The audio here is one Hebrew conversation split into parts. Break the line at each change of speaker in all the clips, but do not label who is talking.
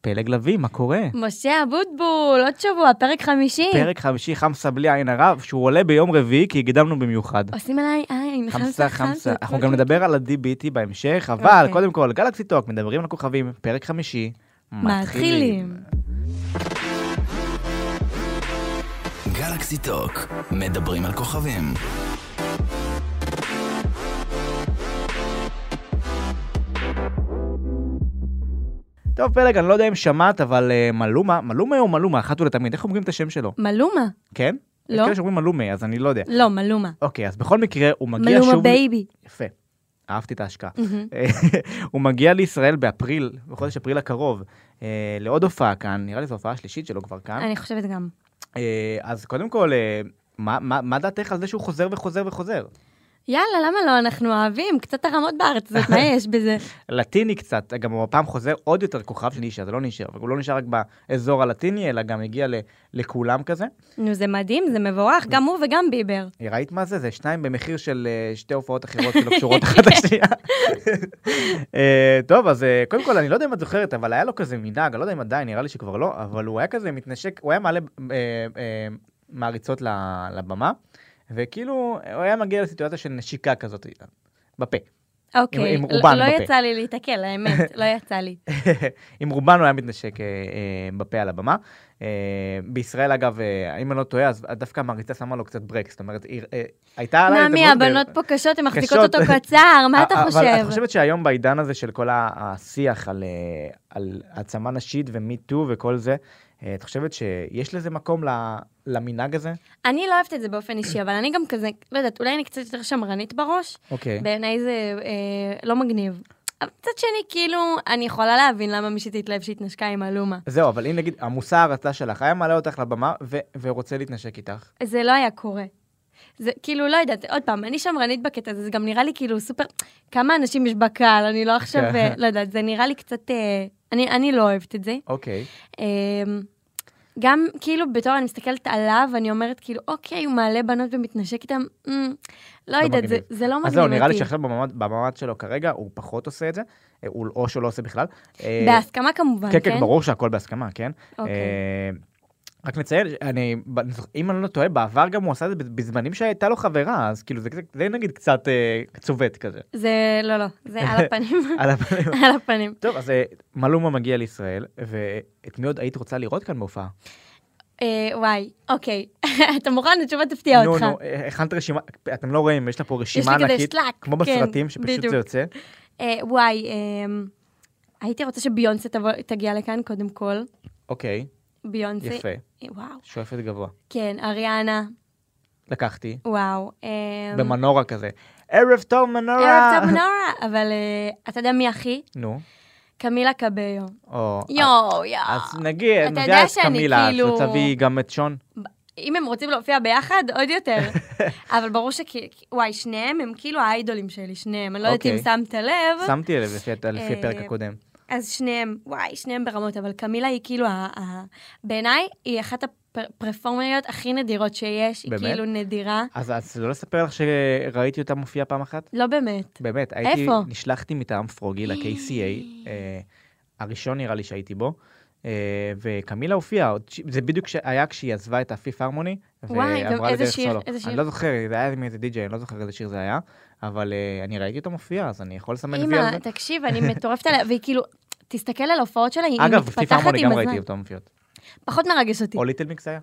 פלג לביא, מה קורה?
משה אבוטבול, עוד שבוע, פרק חמישי.
פרק חמישי, חמסה בלי עין הרע, שהוא עולה ביום רביעי, כי הקדמנו במיוחד.
עושים עליי עין,
חמסה, חמסה. אנחנו גם נדבר על ה-DBT בהמשך, אבל
אוקיי.
קודם כל, גלקסי טוק, מדברים על כוכבים, פרק חמישי, מתחילים.
מתחילים.
גלקסי טוק, מדברים על כוכבים.
טוב, פלג, אני לא יודע אם שמעת, אבל אה, מלומה, מלומה או מלומה, אחת ולתמיד, איך אומרים את השם שלו?
מלומה.
כן?
לא.
יש כאלה שאומרים מלומה, אז אני לא יודע.
לא, מלומה.
אוקיי, אז בכל מקרה, הוא מגיע שוב... אה?
מלומה בייבי.
יפה. אהבתי את ההשקעה.
מהמם.
הוא מגיע לישראל באפריל, בחודש אפריל הקרוב, אה, לעוד הופעה כאן, נראה לי זו הופעה שלישית שלו כבר כאן.
אני חושבת גם.
אה, אז קודם כל, אה, מה- מה מה דעתך על זה שהוא חוזר וחוזר וחוזר?
יאללה, למה לא? אנחנו אוהבים. קצת הרמות בארץ הזאת, מה יש בזה?
לטיני קצת, גם הוא הפעם חוזר עוד יותר כוכב של נישה, זה לא נשאר, הוא לא נשאר רק באזור הלטיני, אלא גם הגיע ל- לכולם כזה.
נו, זה מדהים, זה מבורך, גם הוא וגם ביבר.
ראית מה זה? זה שניים במחיר של אה, שתי הופעות אחרות שלא קשורות אחת לשנייה. אה, טוב, אז אה, קודם כל, אני לא יודע אם את זוכרת, אבל היה לו כזה מנהג, אני לא יודע אם עדיין, נראה לי שכבר לא, אבל הוא היה כזה מתנשק, הוא היה מעלה אה, אה, מעריצות ל- לבמה, וכאילו, הוא היה מגיע לסיטואציה של נשיקה כזאת בפה.
אוקיי,
עם
לא-
רובן
לא
בפה.
יצא לי להתקל, האמת, לא יצא לי.
עם רובן הוא היה מתנשק אה, אה, בפה על הבמה. אה, בישראל, אגב, אה, אם אני לא טועה, אז דווקא המעריצה שמה לו קצת ברקס, זאת אומרת, היא- אה, הייתה עליי...
נעמי,
הזדמנות ב-
הבנות פה קשות, הן מחזיקות
קשות. אה,
אותו קצר, מה אתה
אבל את
חושב?
חושבת שהיום בעידן הזה של כל ה- השיח על, אה, על העצמה נשית ומיטו וכל זה, אה, את חושבת שיש לזה מקום ל- למנהג הזה?
אני לא אוהבת את זה באופן אישי, אבל אני גם כזה, לא יודעת, אולי אני קצת יותר שמרנית בראש,
אוקיי.
בעיניי זה אה, לא מגניב. אבל מצד שני, כאילו, אני יכולה להבין למה מישהי תתלהב שהתנשקה עם אלומה.
זהו, אבל אם נגיד, המושא ההרצה שלך היה מעלה אותך לבמה ו- ורוצה להתנשק איתך.
זה לא היה קורה. זה כאילו, לא יודעת, עוד פעם, אני שמרנית בקטע הזה, זה גם נראה לי כאילו סופר... כמה אנשים יש בקהל, אני לא עכשיו,
כן.
אה, לא יודעת, זה נראה לי קצת... אה, אני, אני לא אוהבת את זה.
אוקיי.
אמ, גם כאילו בתור אני מסתכלת עליו, אני אומרת כאילו, אוקיי, הוא מעלה בנות ומתנשק איתם, אמ, לא יודעת, זה,
מגניב.
זה לא מגניב אותי.
אז זהו, נראה לי שעכשיו במעמד- במעמד שלו כרגע, הוא פחות עושה את זה, אה, הוא- או שהוא לא עושה בכלל. אה,
בהסכמה כמובן,
כן,
כן?
כן, ברור שהכל בהסכמה, כן?
אוקיי.
אה, רק נציין, אני, ב- זוכ- אם אני לא טועה, בעבר גם הוא עשה את זה בזמנים שהייתה לו חברה, אז כאילו זה, כזה- זה נגיד קצת אה, צובט כזה.
זה, לא, לא, זה על הפנים.
על הפנים.
על הפנים.
טוב, אז אה, מלומה מגיע לישראל, ואת מי עוד היית רוצה לראות כאן בהופעה?
אה, וואי, אוקיי. אתה מוכן? התשובה תפתיע אותך.
נו, נו, אה, הכנת רשימה, אתם לא רואים, יש לה פה רשימה
לי כזה
ענקית,
שלק,
כמו
כן,
בסרטים, שפשוט
בדיוק.
זה יוצא.
אה, וואי, אמ, הייתי רוצה שביונסה תבוא- תגיע לכאן קודם כל.
אוקיי,
ביונסה.
יפה,
אה, וואו.
שואפת גבוה.
כן, אריאנה,
לקחתי,
וואו. אמ,
במנורה כזה. ערב טוב, מנורה!
ערב טוב מנורה, אבל אה, אתה יודע מי אחי?
נו,
קמילה קביו.
או...
יואו, יואו.
אז נגיד,
אתה
נגיד
יודע
את
שאני
קמילה, אז
כאילו-
תביאי גם את שון.
אם הם רוצים להופיע ביחד, עוד יותר. אבל ברור שכי... וואי, שניהם הם כאילו האיידולים שלי, שניהם. אני לא יודעת אם
אוקיי.
שמת לב.
שמתי לב לפי הת- לפי
אה,
הפרק הקודם.
אז שניהם, וואי, שניהם ברמות, אבל קמילה היא כאילו, ה- ה- בעיניי, היא אחת הפרפורמריות הכי נדירות שיש.
באמת?
היא כאילו נדירה.
אז אז לא לספר לך שראיתי אותה מופיעה פעם אחת?
לא באמת.
באמת, הייתי,
איפה?
נשלחתי מטעם פרוגי ל-KCA, אה, הראשון נראה לי שהייתי בו, אה, וקמילה הופיעה, עוד ש- זה בדיוק ש- היה כשהיא עזבה את הפיף הרמוני,
וואי, גם איזה שיר, איזה שיר.
אני לא זוכר, זה היה מאיזה די.ג'יי, אני לא זוכר איזה שיר זה היה, אבל אה, אני ראיתי אותה מופיעה, אז אני יכול לסמן וי על
אימא,
זה.
תקשיב, אני מטורפת עליה, והיא כאילו, תסתכל על ההופעות שלה, היא היא
אגב, פיף
מתפתחת
הרמוני
עם
גם ראיתי
הזמן.
אותה מופיעות.
פחות מרגש אותי.
או ליטל מיקס היה?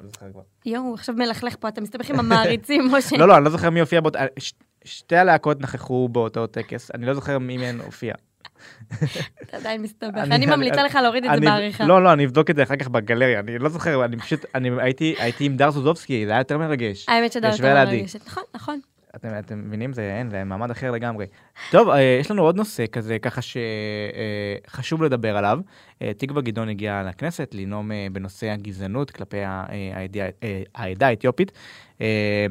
אני לא זוכר כבר.
יואו, הוא עכשיו מלכלך פה, אתה מסתבך עם המעריצים, משה.
לא, לא, אני לא זוכר מי הופיע באותו... ש- שתי הלהקות נכחו באותו טקס, אני לא זוכר מי מהן הופיע.
אתה עדיין מסתבך.
אני-
אני
אני-
ממליצה לך להוריד את זה
אני-
בעריכה.
לא, לא, אני אבדוק את זה אחר כך בגלריה, אני לא זוכר, אני פשוט, אני הייתי הייתי עם דאר סוזובסקי, זה היה יותר מרגש.
האמת שדרת
ישבה לידי.
מרגשת. נכון, נכון.
אתם אתם מבינים? זה אין, זה מעמד אחר לגמרי. טוב, אה, יש לנו עוד נושא כזה, ככה שחשוב לדבר עליו. אה, תקווה גדעון הגיעה לכנסת לנאום אה, בנושא הגזענות כלפי ה- אה, העדה- אה, העדה האתיופית. אה,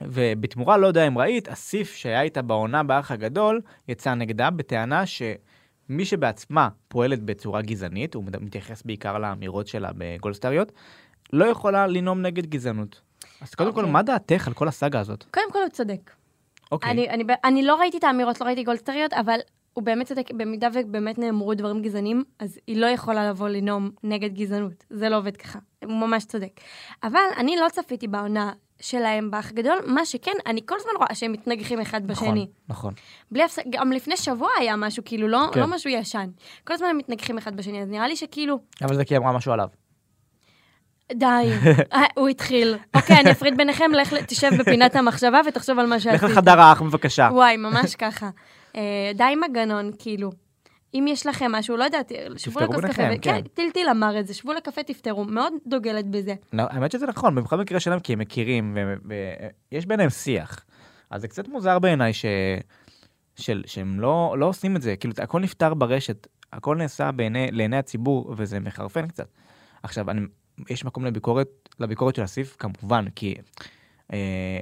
ובתמורה, לא יודע אם ראית, אסיף שהיה איתה בעונה באח הגדול, יצא נגדה בטענה שמי שבעצמה פועלת בצורה גזענית, הוא מתייחס בעיקר לאמירות שלה בגולדסטריות, לא יכולה לנאום נגד גזענות. אז קודם כל,
אוקיי.
מה דעתך על כל הסאגה הזאת?
קודם כל הוא צודק.
אוקיי.
אני- אני ב- אני לא ראיתי את האמירות, לא ראיתי גולדסטריות, אבל הוא באמת צודק, במידה ובאמת נאמרו דברים גזענים, אז היא לא יכולה לבוא לנאום נגד גזענות. זה לא עובד ככה. הוא ממש צודק. אבל אני לא צפיתי בעונה שלהם באח הגדול, מה שכן, אני כל הזמן רואה שהם מתנגחים אחד
נכון,
בשני.
נכון.
בלי הפסק, גם לפני שבוע היה משהו, כאילו, לא,
כן.
לא משהו ישן. כל הזמן הם מתנגחים אחד בשני, אז נראה לי שכאילו,
אבל זה כי היא אמרה משהו עליו.
די, אה, הוא התחיל. אוקיי, אני אפריד ביניכם, לך, ל- תשב בפינת המחשבה ותחשוב על מה שעשית.
לך לחדר האח בבקשה.
וואי, ממש ככה. אה, די עם הגנון, כאילו. אם יש לכם משהו, לא יודעת, שבו
תפתרו
לכוס קפה.
ביניכם,
כן,
כן.
טילטיל אמר את זה, שבו לקפה, תפתרו. מאוד דוגלת בזה.
לא, האמת שזה נכון, במיוחד במקרה שלהם, כי הם מכירים, ויש ביניהם שיח. אז זה קצת מוזר בעיניי ש... של, שהם לא, לא עושים את זה, כאילו הכל נפתר ברשת, הכל נעשה בעיני, לעיני הציבור, וזה מחרפן קצת. עכשיו, אני, יש מקום לביקורת, לביקורת של אסיף, כמובן, כי אה,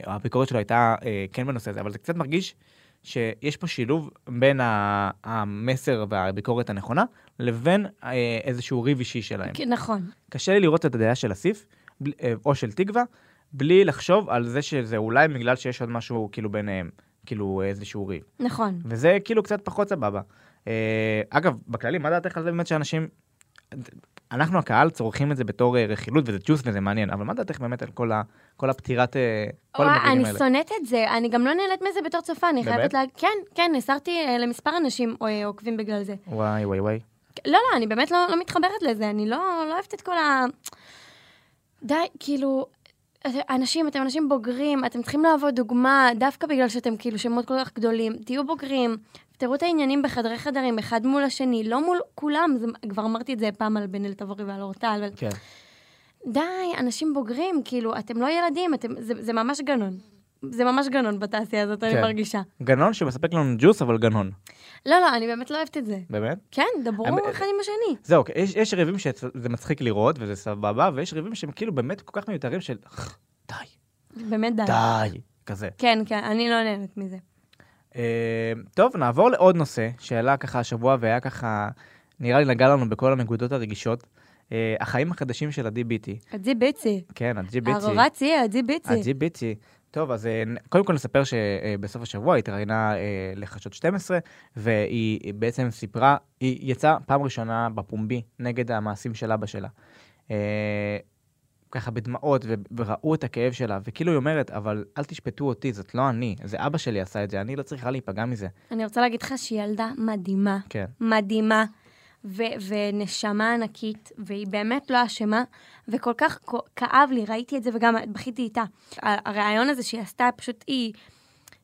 הביקורת שלו הייתה אה, כן בנושא הזה, אבל זה קצת מרגיש שיש פה שילוב בין ה, המסר והביקורת הנכונה, לבין אה, איזשהו ריב אישי שלהם.
כן, נכון.
קשה לי לראות את הדעה של אסיף, בל- אה, או של תקווה, בלי לחשוב על זה שזה אולי בגלל שיש עוד משהו כאילו ביניהם, כאילו איזשהו ריב.
נכון.
וזה כאילו קצת פחות סבבה. אה, אגב, בכללי, מה דעתך על זה באמת שאנשים... אנחנו הקהל צורכים את זה בתור אה, רכילות וזה ג'וס וזה מעניין, אבל מה דעתך באמת על כל, ה, כל הפטירת, אה, כל
וואי,
המגנים
אני
האלה?
שונאת את זה, אני גם לא נהנית מזה בתור צופה, אני
באמת?
חייבת להגיד, כן, כן, הסרתי אה, למספר אנשים אה, עוקבים בגלל זה.
וואי וואי וואי.
לא, לא, אני באמת לא, לא מתחברת לזה, אני לא, לא אוהבת את כל ה... די, כאילו, את- אנשים, אתם אנשים בוגרים, אתם צריכים להוות דוגמה, דווקא בגלל שאתם כאילו שמות כל כך גדולים. תהיו בוגרים, תפתרו את העניינים בחדרי חדרים, אחד מול השני, לא מול כולם, זה, כבר אמרתי את זה פעם על בן אל תבורי ועל אורטל, אבל
כן.
די, אנשים בוגרים, כאילו, אתם לא ילדים, אתם, זה, זה ממש גנון. זה ממש גנון בתעשייה הזאת, אני
כן.
מרגישה.
גנון שמספק לנו ג'וס, אבל גנון.
לא, לא, אני באמת לא אוהבת את זה.
באמת?
כן, דברו
אבל-
אחד עם השני.
זהו, אוקיי, יש, יש ריבים שזה מצחיק לראות וזה סבבה, ויש ריבים שהם כאילו באמת כל כך מיותרים של די,
באמת די.
די, כזה.
כן, כן, אני לא נהנית מזה.
אה, טוב, נעבור לעוד נושא שעלה ככה השבוע והיה ככה, נראה לי נגע לנו בכל הנקודות הרגישות. אה, החיים החדשים של ה-DBT,
אג'י ביצי.
כן, ה-GBT.
ארורץ יהיה אג'י ביצי.
ה-GBT. אה, טוב, אז אה, נ- קודם כל נספר שבסוף השבוע היא התראיינה אה, לחדשות 12, והיא היא בעצם סיפרה, היא יצאה פעם ראשונה בפומבי נגד המעשים של אבא שלה. אה, ככה בדמעות, ו- וראו את הכאב שלה, וכאילו היא אומרת, אבל אל תשפטו אותי, זאת לא אני, זה אבא שלי עשה את זה, אני לא צריכה להיפגע מזה.
אני רוצה להגיד לך שהיא ילדה מדהימה.
כן.
מדהימה. ו- ונשמה ענקית, והיא באמת לא אשמה, וכל כך כ- כאב לי, ראיתי את זה וגם בכיתי איתה. ה- הרעיון הזה שהיא עשתה, פשוט היא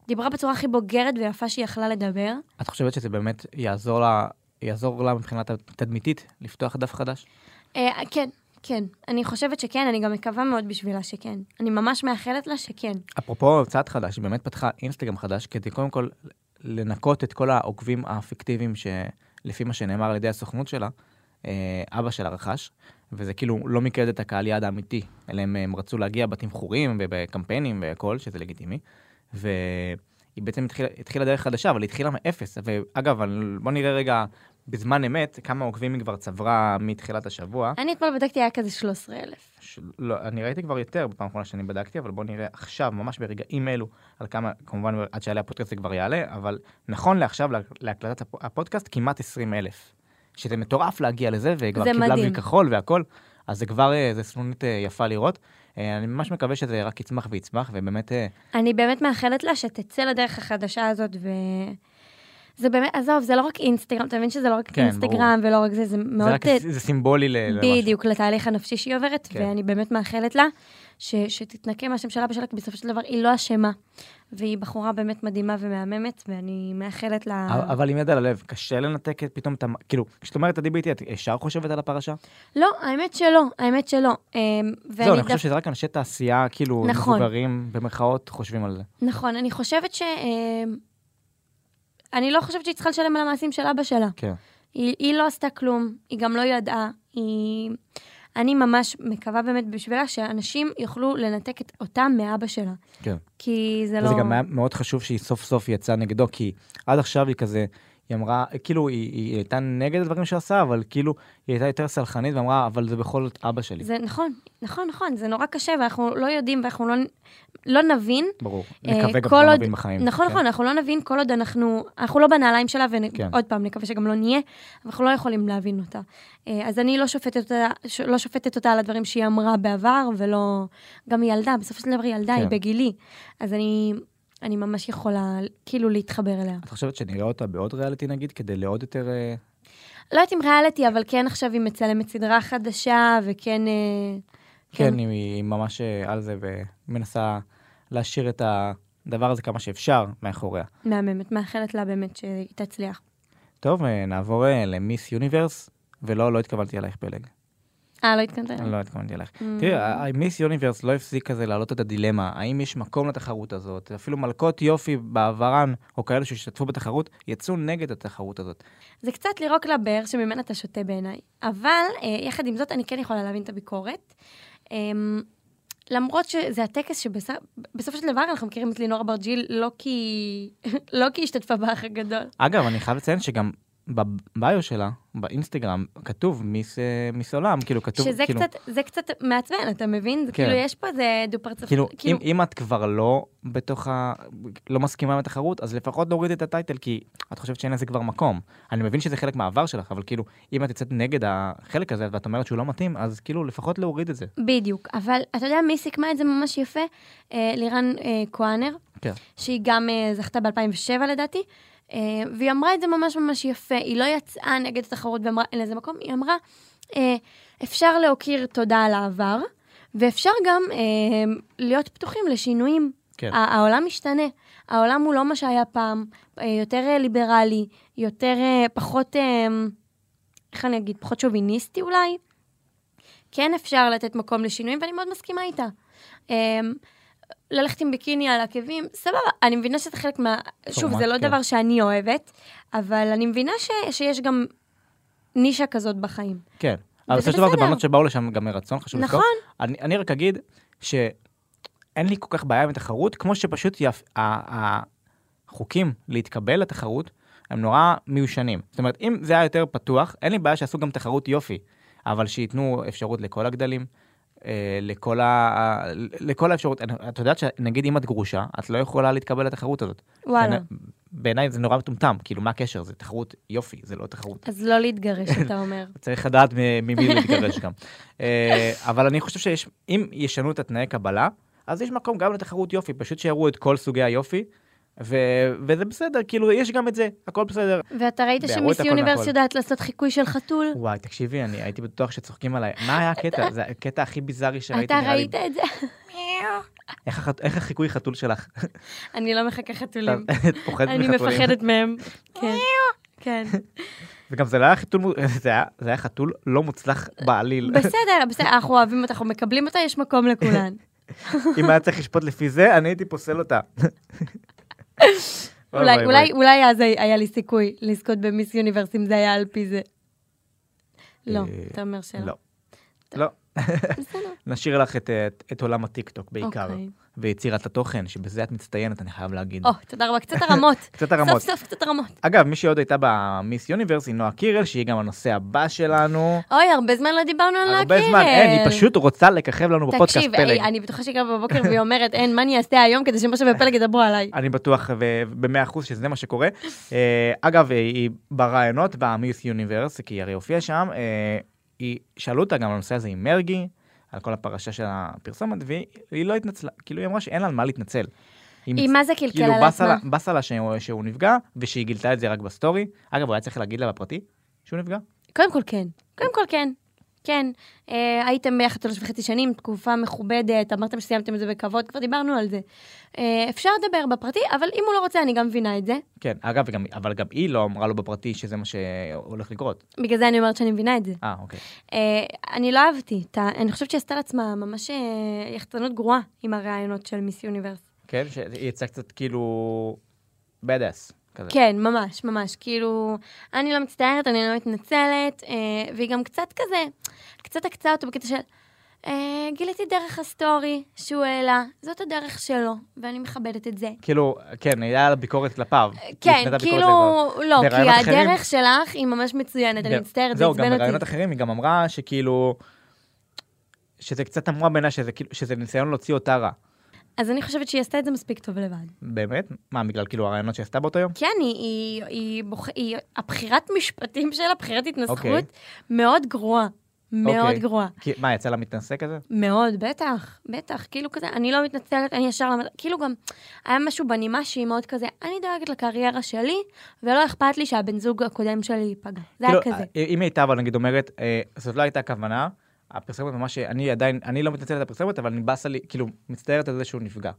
דיברה בצורה הכי בוגרת ויפה שהיא יכלה לדבר.
את חושבת שזה באמת יעזור לה, יעזור לה מבחינה ת- תדמיתית לפתוח דף חדש?
אה, כן, כן. אני חושבת שכן, אני גם מקווה מאוד בשבילה שכן. אני ממש מאחלת לה שכן.
אה. אפרופו צעד חדש, היא באמת פתחה אינסטגרם חדש כדי קודם כל לנקות את כל העוקבים הפיקטיביים שלפי מה שנאמר על ידי הסוכנות שלה, אה, אבא שלה רכש, וזה כאילו לא מיקד את הקהל יעד האמיתי, אליהם הם רצו להגיע בתמחורים ובקמפיינים והכל, שזה לגיטימי, והיא בעצם התחילה, התחילה דרך חדשה, אבל היא התחילה מאפס. ואגב, אבל בוא נראה רגע בזמן אמת כמה עוקבים היא כבר צברה מתחילת השבוע.
אני אתמול בדקתי, היה כזה 13,000.
של- לא, אני ראיתי כבר יותר בפעם האחרונה שאני בדקתי, אבל בואו נראה עכשיו, ממש ברגעים אלו, על כמה, כמובן עד שיעלה הפודקאסט זה כבר יעלה, אבל נכון לעכשיו, לה- להקלטת הפ- הפודקאסט, כמעט 20 אלף. שזה מטורף להגיע לזה, וכבר
זה
קיבלה
מדהים.
וי כחול והכל, אז זה כבר, אה, זה סנונית אה, יפה לראות. אה, אני ממש מקווה שזה רק יצמח ויצמח, ובאמת, אה,
אני באמת מאחלת לה שתצא לדרך החדשה הזאת, ו... זה באמת, עזוב, זה לא רק אינסטגרם, אתה מבין שזה לא רק
כן,
אינסטגרם ולא רק זה, זה מאוד...
זה, רק,
אה,
זה סימבולי ל- למשהו.
בדיוק, לתהליך הנפשי שהיא עוברת,
כן.
ואני באמת מאחלת לה ש, שתתנקה מהשם של אבא שלה, כי בסופו של דבר היא לא אשמה. והיא בחורה באמת מדהימה ומהממת, ואני מאחלת לה...
אבל עם יד על הלב, קשה לנתק את- פתאום את ה... כאילו, כשאת אומרת את ה-DBT, את ישר חושבת על הפרשה?
לא, האמת שלא, האמת שלא. אמ,
זהו, אני
ואני
חושב שזה רק אנשי תעשייה, כאילו,
נכון.
מבוגרים, במרכאות, חושבים על זה.
נכון, אני חושבת ש... אמ, אני לא חושבת שהיא צריכה לשלם על המעשים של אבא שלה.
כן.
היא, היא לא עשתה כלום, היא גם לא ידעה. היא... אני ממש מקווה באמת בשבילה שאנשים יוכלו לנתק את אותה מאבא שלה.
כן.
כי זה לא...
וזה גם היה מאוד חשוב שהיא סוף סוף יצאה נגדו, כי עד עכשיו היא כזה, היא אמרה, כאילו, היא, היא הייתה נגד הדברים שהוא עשה, אבל כאילו, היא הייתה יותר סלחנית ואמרה, אבל זה בכל זאת אבא שלי.
זה נכון, נכון, נכון, זה נורא קשה, ואנחנו לא יודעים ואנחנו לא, לא נבין.
ברור.
אה,
נקווה גם
כל
שלא
עוד-
נבין בחיים.
נכון,
כן.
נכון, אנחנו לא נבין כל עוד אנחנו, אנחנו לא בנעליים שלה,
כן.
ועוד פעם, נקווה שגם לא נהיה, אבל אנחנו לא יכולים להבין אותה. אה, אז אני לא שופטת אותה, ש- לא שופטת אותה על הדברים שהיא אמרה בעבר, ולא... גם היא ילדה, בסופו של דבר היא ילדה,
כן.
היא בגילי. אז אני, אני ממש יכולה, כאילו, להתחבר אליה.
את חושבת שנראה אותה בעוד ריאליטי נגיד, כדי לעוד יותר... אה,
לא יודעת אם ריאליטי, אבל כן עכשיו היא מצלמת סדרה חדשה, וכן... אה,
כן, היא- היא ממש אה, על זה ומנסה להשאיר את הדבר הזה כמה שאפשר מאחוריה.
מהממת, מאחלת לה באמת שהיא תצליח.
טוב, אה, נעבור אה, למיס יוניברס, ולא, לא התכוונתי עלייך פלג.
אה, לא התכוונת? אליי?
לא התכוונתי עלייך.
Mm.
תראי, ה- ה- מיס יוניברס לא הפסיק כזה להעלות את הדילמה, האם יש מקום לתחרות הזאת? אפילו מלכות יופי בעברן, או כאלה שהשתתפו בתחרות, יצאו נגד התחרות הזאת.
זה קצת לירוק לבאר שממנה אתה שותה בעיניי. אבל אה, יחד עם זאת, אני כן יכולה להבין את הביקורת. אה, למרות שזה הטקס שבסופו של דבר אנחנו מכירים את לינור אברג'יל לא כי... לא כי היא השתתפה באח הגדול.
אגב, אני חייב לציין שגם בביו שלה, באינסטגרם, כתוב מיס, אה, מיס עולם, כאילו כתוב,
שזה
כאילו,
קצת, זה קצת מעצבן, אתה מבין? זה
כן.
כאילו, יש פה איזה דו-פרצוף.
כאילו, כאילו... אם, אם את כבר לא בתוך ה... לא מסכימה עם התחרות, אז לפחות נוריד את הטייטל, כי את חושבת שאין לזה כבר מקום. אני מבין שזה חלק מהעבר שלך, אבל כאילו, אם את יוצאת נגד החלק הזה, ואת אומרת שהוא לא מתאים, אז כאילו, לפחות להוריד את זה.
בדיוק. אבל אתה יודע מי סיכמה את זה ממש יפה? אה, לירן אה, כהנר.
כן.
שהיא גם אה, זכתה ב-2007 לדעתי, אה, והיא אמרה את זה ממש ממש יפה. היא לא יצאה נגד התחרות ואמרה אין לזה מקום, היא אמרה, אה, אפשר להוקיר תודה על העבר, ואפשר גם אה, להיות פתוחים לשינויים.
כן.
ה- העולם משתנה, העולם הוא לא מה שהיה פעם, אה, יותר אה, ליברלי, יותר, אה, פחות, אה, איך אני אגיד, פחות שוביניסטי אולי. כן אפשר לתת מקום לשינויים, ואני מאוד מסכימה איתה. אמ, ללכת עם ביקיני על עקבים, סבבה, אני מבינה שזה חלק מה... שוב,
פורמט,
זה לא
כן.
דבר שאני אוהבת, אבל אני מבינה ש... שיש גם נישה כזאת בחיים.
כן. אבל בסופו של דבר זה
בסדר.
בנות שבאו לשם גם מרצון, חשוב לזכור.
נכון.
אני, אני רק אגיד שאין לי כל כך בעיה עם התחרות, כמו שפשוט יפ... ה- החוקים להתקבל לתחרות הם נורא מיושנים. זאת אומרת, אם זה היה יותר פתוח, אין לי בעיה שיעשו גם תחרות יופי, אבל שייתנו אפשרות לכל הגדלים. אה, לכל, ה... לכל האפשרות, אני- את יודעת שנגיד אם את גרושה, את לא יכולה להתקבל לתחרות הזאת.
וואלה.
בעיני- בעיניי זה נורא מטומטם, כאילו מה הקשר? זה תחרות יופי, זה לא תחרות
אז לא להתגרש, אתה אומר.
צריך לדעת מ- ממי להתגרש גם. אה, אבל אני חושב שיש, אם ישנו את התנאי קבלה, אז יש מקום גם לתחרות יופי, פשוט שיראו את כל סוגי היופי, ו- וזה בסדר, כאילו, יש גם את זה, הכל בסדר.
ואתה ראית
בהראות
שמיס
הכל
יוניברס
והכל.
יודעת לעשות חיקוי של חתול?
וואי, תקשיבי, אני הייתי בטוח שצוחקים עליי. מה היה הקטע? זה הקטע הכי ביזארי שראיתי,
אתה
נראה לי.
ראית את זה?
איך החת- איך החיקוי חתול שלך?
אני לא מחכה חתולים.
את פוחדת
אני
מחתולים.
מפחדת מהם. כן. כן.
וגם זה לא היה חתול, מו- זה היה- זה היה חתול לא מוצלח בעליל.
בסדר, בסדר, אנחנו אוהבים אותך, אנחנו מקבלים אותה, יש מקום לכולן.
אם היה צריך לשפוט לפי זה, אני הייתי פוסל אותה. אוי,
אולי,
אוי,
אולי, אולי אז היה לי סיכוי לזכות במיס יוניברס אם זה היה על פי זה. לא,
אה,
אתה אומר שלא.
לא. לא.
בסדר.
נשאיר לך את, את, את עולם הטיקטוק בעיקר, לא.
אוקיי.
ויצירת התוכן, שבזה את מצטיינת, אני חייב להגיד.
או, תודה רבה, קצת הרמות.
קצת הרמות.
סוף סוף קצת הרמות.
אגב, מי שעוד הייתה במיס יוניברס היא נועה קירל, שהיא גם הנושא הבא שלנו.
אוי, הרבה זמן לא דיברנו על נועה
הרבה
קירל.
זמן, אין, היא פשוט רוצה לככב לנו בפודקאסט
תקשיב,
פלג.
היי, אני בטוחה שהיא קמה בבוקר והיא אומרת, אין, מה אני אעשה היום כדי שמשה ופלג ידברו עליי.
אני בטוח ו- במאה אחוז שזה מה שקורה. אה, אגב, אה, היא ברעיונות במיס יוניברס, כי היא הרי הופיעה שם, אה, היא, שאלו אותה גם על הנושא הזה עם מרגי, על כל הפרשה של הפרסומת, והיא היא לא התנצלה, כאילו היא אמרה שאין לה על מה להתנצל.
היא מה זה קלקלה
כאילו
על
באסה
עצמה?
לה- באסה לה שהוא- שהוא נפגע, ושהיא גילתה את זה רק בסטורי. אגב, הוא היה צריך להגיד לה בפרטי שהוא נפגע.
קודם כל כן. קודם כל כן. כן. אה, הייתם ביחד שלוש וחצי שנים, תקופה מכובדת, אמרתם שסיימתם את זה בכבוד, כבר דיברנו על זה. אה, אפשר לדבר בפרטי, אבל אם הוא לא רוצה, אני גם מבינה את זה.
כן, אגב, וגם- אבל גם היא לא אמרה לו בפרטי שזה מה שהולך לקרות.
בגלל זה אני אומרת שאני מבינה את זה.
אה, אוקיי.
אה, אני לא אהבתי, את ה- אני חושבת שהיא עשתה לעצמה ממש אה, יחצנות גרועה עם הראיונות של מיס יוניברס.
כן, שהיא יצאה קצת כאילו... badass. כזה.
כן, ממש, ממש, כאילו, אני לא מצטערת, אני לא מתנצלת, אה, והיא גם קצת כזה, קצת עקצה אותו בקטע של, אה, גיליתי דרך הסטורי שהוא העלה, זאת הדרך שלו, ואני מכבדת את זה. אה,
כאילו, כן, היה לה ביקורת כלפיו.
כן,
נתנה ביקורת
כאילו,
לעבר.
לא, כי
ברעיונות אחרים-
הדרך שלך היא ממש מצוינת, אני
ב-
מצטערת, זה
זהו, גם
עצבן
ברעיונות
אותי.
אחרים היא גם אמרה שכאילו, שזה קצת אמרה בעיניי שזה כאילו- שזה ניסיון להוציא אותה רע.
אז אני חושבת שהיא עשתה את זה מספיק טוב לבד.
באמת? מה, בגלל כאילו הרעיונות שעשתה באותו יום?
כן, היא, היא, היא, בוח... היא, הבחירת משפטים שלה, בחירת התנסחות,
אוקיי.
מאוד גרועה. מאוד
אוקיי.
גרועה.
כי- מה, יצא לה מתנשא כזה?
מאוד, בטח, בטח, כאילו כזה, אני לא מתנצלת, אני ישר למד... כאילו גם, היה משהו בנימה שהיא מאוד כזה, אני דואגת לקריירה שלי, ולא אכפת לי שהבן זוג הקודם שלי ייפגע. זה היה
כאילו,
כזה.
אה, אם היא הייתה אבל נגיד אומרת, אה, זאת לא הייתה הכוונה, הפרסומת ממש, אני עדיין, אני לא מתנצל על הפרסומת, אבל אני באסה לי, כאילו, מצטערת על זה שהוא נפגע.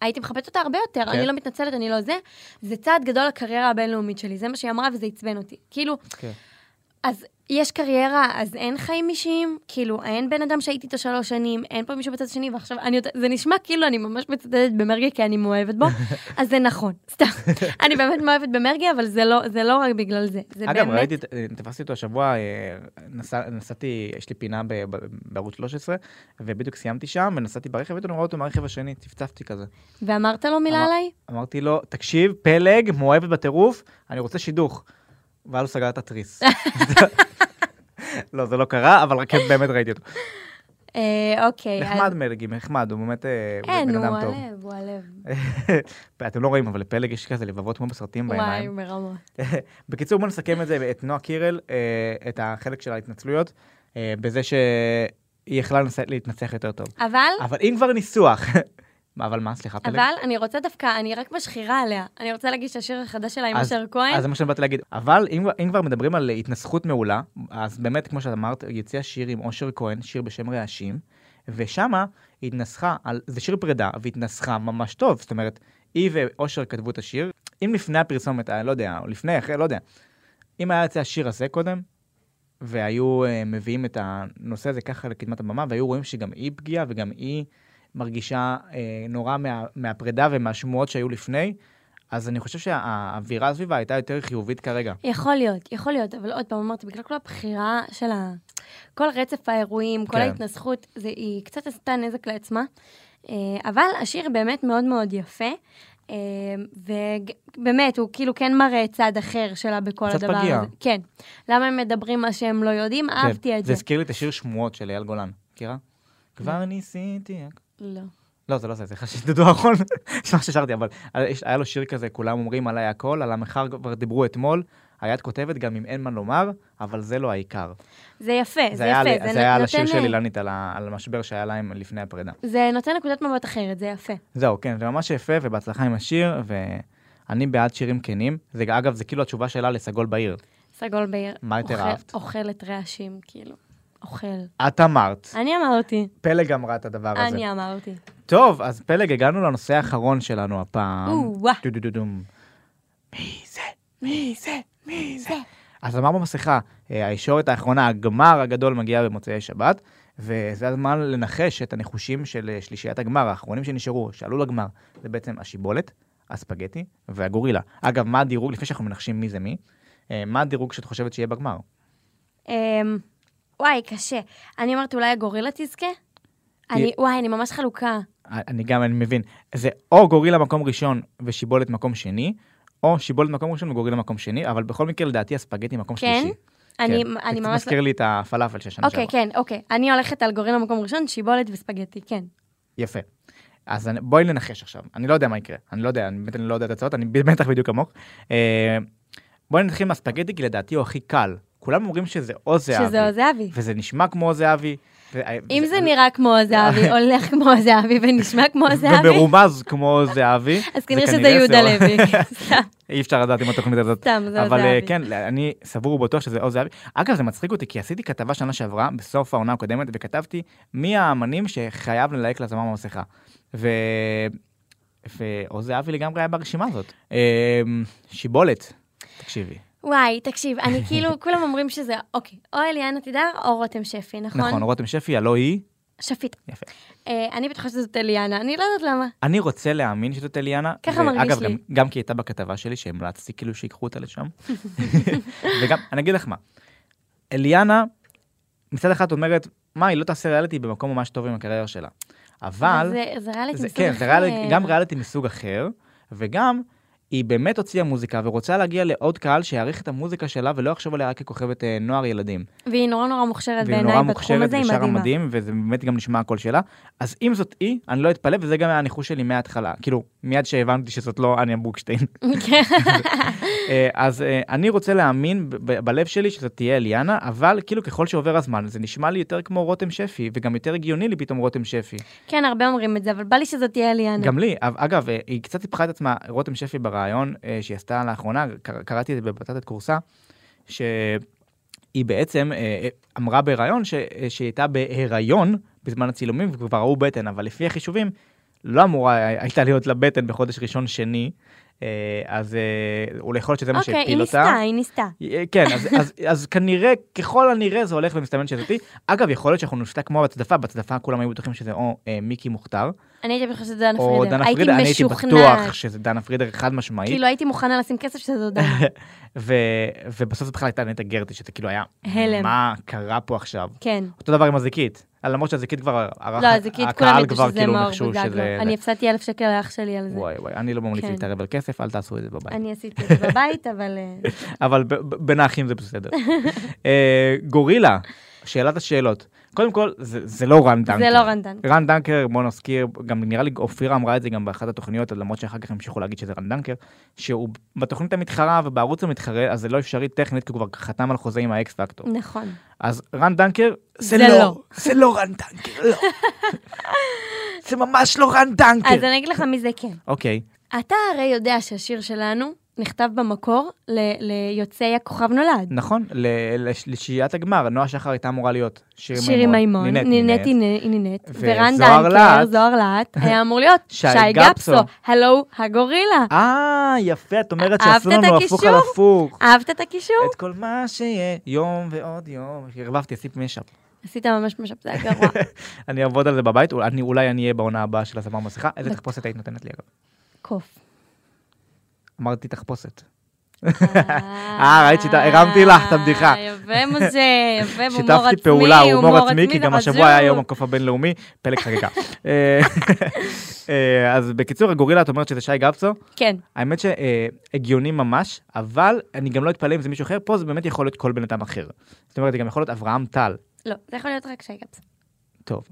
הייתי מחפשת אותה הרבה יותר,
כן.
אני לא מתנצלת, אני לא זה. זה צעד גדול לקריירה הבינלאומית שלי, זה מה שהיא אמרה וזה עצבן אותי. כאילו,
כן.
אז יש קריירה, אז אין חיים אישיים, כאילו, אין בן אדם שהייתי איתו שלוש שנים, אין פה מישהו בצד השני, ועכשיו, אני יודעת, זה נשמע כאילו אני ממש מצדדת במרגי כי אני מאוהבת בו, אז זה נכון, סתם. אני באמת מאוהבת במרגי, אבל זה לא, זה לא רק בגלל זה. זה
אגב,
באמת...
ראיתי, את- אה, תפסתי אותו השבוע, אה, נסע- נסעתי, יש לי פינה ב- ב- בערוץ 13, ובדיוק סיימתי שם, ונסעתי ברכב, ואני רואה אותו מהרכב השני, צפצפתי כזה.
ואמרת לו מילה
אמר-
עליי?
אמרתי לו, תקשיב, פלג, מאוהבת בטירוף, אני רוצה שידוך. ואז הוא סגר את התריס. לא, זה לא קרה, אבל רק באמת ראיתי אותו.
אה, אוקיי. אז-
נחמד מרגי, נחמד, הוא באמת אה,
אין,
בן
הוא
אדם טוב.
הלב, הוא הלב.
אתם לא רואים, אבל לפלג יש כזה לבבות כמו בסרטים
וואי,
בעיניים.
מרמות.
בקיצור, בוא נסכם את זה, את נועה קירל, אה, את החלק של ההתנצלויות, אה, בזה שהיא יכלה לנס- להתנצח יותר טוב.
אבל...
אבל אם כבר ניסוח, מה, אבל מה, סליחה, פלג?
אבל אני רוצה דווקא, אני רק משחירה עליה. אני רוצה להגיש את השיר החדש שלה עם
אז-
אשר כהן.
אז זה מה שאני באתי להגיד. אבל אם, אם כבר מדברים על התנסחות מעולה, אז באמת, כמו שאת אמרת, יציע שיר עם אושר כהן, שיר בשם רעשים, ושמה היא התנסחה, על, זה שיר פרידה, והתנסחה ממש טוב. זאת אומרת, היא ואושר כתבו את השיר. אם לפני הפרסומת, אני לא יודע, או לפני, אחרי, לא יודע. אם היה יוצא השיר הזה קודם, והיו אה, מביאים את הנושא הזה ככה לקדמת הבמה, והיו רואים שגם היא פגיעה וגם היא מרגישה אה, נורא מה, מהפרידה ומהשמועות שהיו לפני, אז אני חושב שהאווירה סביבה הייתה יותר חיובית כרגע.
יכול להיות, יכול להיות, אבל עוד פעם אמרתי, בגלל כל הבחירה של ה... כל רצף האירועים, כל
כן.
ההתנסחות, זה, היא קצת עשתה נזק לעצמה. אה, אבל השיר באמת מאוד מאוד יפה, אה, ובאמת, הוא כאילו כן מראה צד אחר שלה בכל
קצת
הדבר הזה.
פגיע.
כן. למה הם מדברים מה שהם לא יודעים? אהבתי את
זה
זה. כן.
הזכיר לי את השיר שמועות של אייל גולן, מכירה? כבר ניסיתי...
לא.
לא, זה לא זה, זה חשש דודו האחרון, זה מה ששרתי, אבל אה, יש- היה לו שיר כזה, כולם אומרים עליי הכל, על המחר כבר דיברו אתמול, היד כותבת גם אם אין מה לומר, אבל זה לא העיקר.
זה יפה, אה, זה,
זה היה
יפה.
על- זה היה על השיר
נותן-
של אילנית, על ה- על המשבר שהיה להם לפני הפרידה.
זה נותן נקודת מבט אחרת, זה יפה.
זהו, כן, זה ממש יפה, ובהצלחה עם השיר, ואני בעד שירים כנים. זה, אגב, זה כאילו התשובה שלה לסגול בעיר.
סגול בעיר.
מה יותר
אוכל-
אהבת?
אוכלת רעשים, כאילו. אוכל.
את אמרת,
אני אמרתי.
פלג אמרה את הדבר הזה.
אני אמרתי.
טוב, אז פלג, הגענו לנושא האחרון שלנו הפעם.
או-אה.
דו-דו-דו-דום. מי זה? מי זה? מי זה? אז אמר במסכה, אה, הישורת האחרונה, הגמר הגדול מגיע במוצאי שבת, וזה הזמן לנחש את הנחושים של אה, שלישיית הגמר, האחרונים שנשארו, שעלו לגמר. זה בעצם השיבולת, הספגטי והגורילה. אגב, מה הדירוג, לפני שאנחנו מנחשים מי זה מי, אה, מה הדירוג שאת חושבת שיהיה בגמר?
אמ, וואי, קשה. אני אומרת, אולי הגורילה תזכה? אני, וואי, אני ממש חלוקה.
אני גם, אני מבין. זה או גורילה מקום ראשון ושיבולת מקום שני, או שיבולת מקום ראשון וגורילה מקום שני, אבל בכל מקרה לדעתי הספגטי מקום
כן?
שלישי.
אני,
כן.
אני
זה קצת
ממש...
מזכיר לי את הפלאפל של שנה
אוקיי,
שעברה.
כן, אוקיי. אני הולכת על גורילה מקום ראשון, שיבולת וספגטי, כן.
יפה. אז אני- בואי ננחש עכשיו, אני לא יודע מה יקרה, אני לא יודע, אני באמת אני לא יודע את התוצאות, אני בטח בדיוק כמוך. אה, בואי נתחיל מהספגטי, כי לדעתי הוא הכי קל. כולם אומרים שזה או זהבי,
שזה או זהבי.
וזה נשמע כמו זהבי. ו- אה,
אם
וזה-
זה נראה כמו זהבי, הולך כמו זהבי ונשמע כמו זהבי,
ומרומז כמו זהבי.
אז
זה
כנראה שזה
כנראה
יהודה
זהו.
לוי. סתם.
אי אפשר לדעת עם התוכנית הזאת.
סתם, זה
אבל
זהבי.
אה, כן, לא, אני סבור ובטוח שזה או זהבי. אגב, זה מצחיק אותי, כי עשיתי כתבה שנה שעברה, בסוף העונה הקודמת, וכתבתי מי האמנים שחייב ללהק לזמר במסכה. ו... ואו זהבי לגמרי היה ברשימה הזאת. אה, שיבולת, תקשיבי.
וואי, תקשיב, אני כאילו, כולם אומרים שזה, אוקיי, או אליאנה תידר או רותם שפי,
נכון,
נכון?
רותם שפי, הלא היא.
שפיט.
יפה.
אה, אני בטוחה שזאת אליאנה, אני לא יודעת למה.
אני רוצה להאמין שזאת אליאנה.
ככה מרגיש
אגב,
לי.
גם, גם כי הייתה בכתבה שלי שהמלצתי כאילו שיקחו אותה לשם. וגם, אני אגיד לך מה, אליאנה מצד אחד אומרת, מה, היא לא תעשה ריאליטי במקום ממש טוב עם הקריירה שלה. אבל...
זה- זה ריאליטי
זה,
מסוג
כן, זה
אחר.
ריאליטי, גם ריאליטי מסוג אחר, וגם היא באמת הוציאה מוזיקה ורוצה להגיע לעוד קהל שיעריך את המוזיקה שלה ולא יחשוב עליה רק ככוכבת אה, נוער ילדים.
והיא נורא נורא מוכשרת
והיא
בעיניי
נורא
בתחום
מוכשרת
הזה, היא
ושרה
מדהימה.
מדהים, וזה באמת גם נשמע הקול שלה. אז אם זאת היא, אני לא אתפלא, וזה גם היה הניחוש שלי מההתחלה. כאילו, מיד שהבנתי שזאת לא אניה בוקשטיין.
כן.
אה, אז אה, אני רוצה להאמין ב- ב- בלב שלי שזאת תהיה אליאנה, אבל כאילו ככל שעובר הזמן, זה נשמע לי יותר כמו רותם שפי, וגם יותר הגיוני לי פתאום רותם שפי.
כן, הרבה אומרים את זה, אבל בא לי שזאת תהיה אליאנה.
גם לי, אב- אגב, אה, היא קצת טיפחה את עצמה, רותם שפי בריאיון אה, שהיא עשתה לאחרונה, קר- קראתי את זה בבטטת כורסה, שהיא בעצם אה, אה, אמרה בריאיון ש- אה, שהיא הייתה בהיריון בזמן הצילומים וכבר ראו בטן, אבל לפי החישובים, לא אמורה הי- הייתה להיות לה בטן בחודש ראשון-שני, אז אה, אולי יכול להיות שזה מה
אוקיי, היא
שהפיל אותה.
ניסתה, היא ניסתה.
אה, כן, אז, אז, אז כנראה, ככל הנראה זה הולך ומסתמן שזאתי. אגב, יכול להיות שאנחנו נופתע כמו בצדפה, בצדפה כולם היו בטוחים שזה או אה, מיקי מוכתר,
אני הייתי בטוחה שזה דנה
או
פרידר.
דנה
הייתי
פרידר, אני הייתי בטוח
משוכנעת.
שזה דנה פרידר חד משמעית,
כאילו, הייתי מוכנה לשים כסף שזו דנה.
ו... ובסוף זה בכלל הייתה נטע גרטי, שזה כאילו היה,
הלם.
מה קרה פה עכשיו?
כן.
אותו דבר עם הזיקית, למרות שהזיקית כבר, ערך-
לא, אז כאילו, כולם
הקהל
ידעו
כבר
שזה
כאילו
מאור
נחשו שזה...
בוזגלו. אני הפסדתי אלף שקל לאח שלי על זה.
וואי וואי, אני לא ממליץ
כן.
להתערב על כסף, אל תעשו את זה בבית.
אני עשיתי את זה בבית, אבל... אה,
אבל ב- ב- בין האחים זה בסדר. אה, גורילה, שאלת השאלות. קודם כל, זה זה לא רן דנקר.
זה לא רן דנקר.
רן דנקר, בוא נזכיר, גם נראה לי אופירה אמרה את זה גם באחת התוכניות, למרות שאחר כך המשיכו להגיד שזה רן דנקר, שהוא בתוכנית המתחרה ובערוץ המתחרה, אז זה לא אפשרי טכנית, כי הוא כבר חתם על חוזה עם האקס פקטור.
נכון.
אז רן דנקר, זה
זה
לא,
לא.
זה לא רן דנקר, לא. זה ממש לא רן
אז
דנקר.
אני אגיד לך מי זה כן.
אוקיי,
אתה הרי יודע שהשיר שלנו נכתב במקור ל- ליוצאי הכוכב נולד.
נכון, ל- לש- לשהיית הגמר, נועה שחר הייתה אמורה להיות שיר מימון.
שיר עם מימון,
נינט,
נינט היא נינט, ורן
וזוהר
דנקר,
להט.
זוהר להט, היה אמור להיות
שי
שי
גפסו.
גפסו, הלו הגורילה.
אה, יפה, את אומרת
אהבת
שעשו
את
לנו הפוך על
הקישור?
הפוך.
אהבת את הקישור?
את כל מה שיהיה, יום ועוד יום. הרבבתי, עשית משאפ.
עשית ממש משאפ, זה היה גרוע.
אני אעבוד על זה בבית, אולי אני- אולי אני אהיה בעונה הבאה של הזמר מסכה. איזה
בטח.
תחפושת היית נותנת לי אגב?
קוף.
אמרתי תחפושת. אה, ראית שאתה- הרמתי לך את הבדיחה.
יפה משה, יפה, הומור אה, עצמי,
שיתפתי פעולה, הומור עצמי, כי
זה
גם השבוע
חשוב.
היה יום הקוף הבינלאומי, פלג חגיגה. אה, אה, אז בקיצור, הגורילה, את אומרת שזה שי גפסו?
כן,
האמת שהגיוני ממש, אבל אני גם לא אתפלא אם זה מישהו אחר, פה זה באמת יכול להיות כל בן אדם אחר. זאת אומרת, זה גם יכול להיות אברהם טל.
לא, זה יכול להיות רק שי גפסו.
טוב,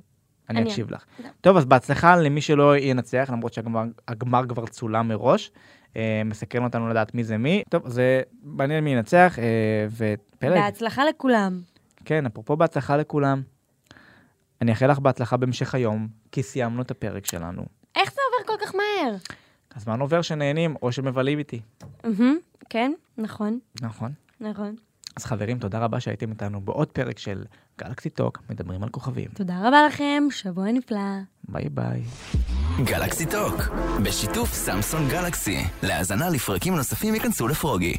אני
אני-
אקשיב לך.
לא.
טוב, אז בהצלחה למי שלא ינצח, למרות שהגמר הגמר כבר צולם מראש. אה, מסקרן אותנו לדעת מי זה מי. טוב, זה מעניין מי ינצח, אה, ופלג,
בהצלחה לכולם.
כן, אפרופו בהצלחה לכולם. אני אאחל לך בהצלחה בהמשך היום, כי סיימנו את הפרק שלנו.
איך זה עובר כל כך מהר?
הזמן עובר שנהנים או שמבלים איתי.
מהמם, כן, נכון,
נכון.
נכון.
אז חברים, תודה רבה שהייתם איתנו בעוד פרק של גלקסי טוק, מדברים על כוכבים.
תודה רבה לכם, שבוע נפלא.
ביי ביי.
גלקסי טוק, בשיתוף סמסון גלקסי. להאזנה לפרקים נוספים ייכנסו לפרוגי.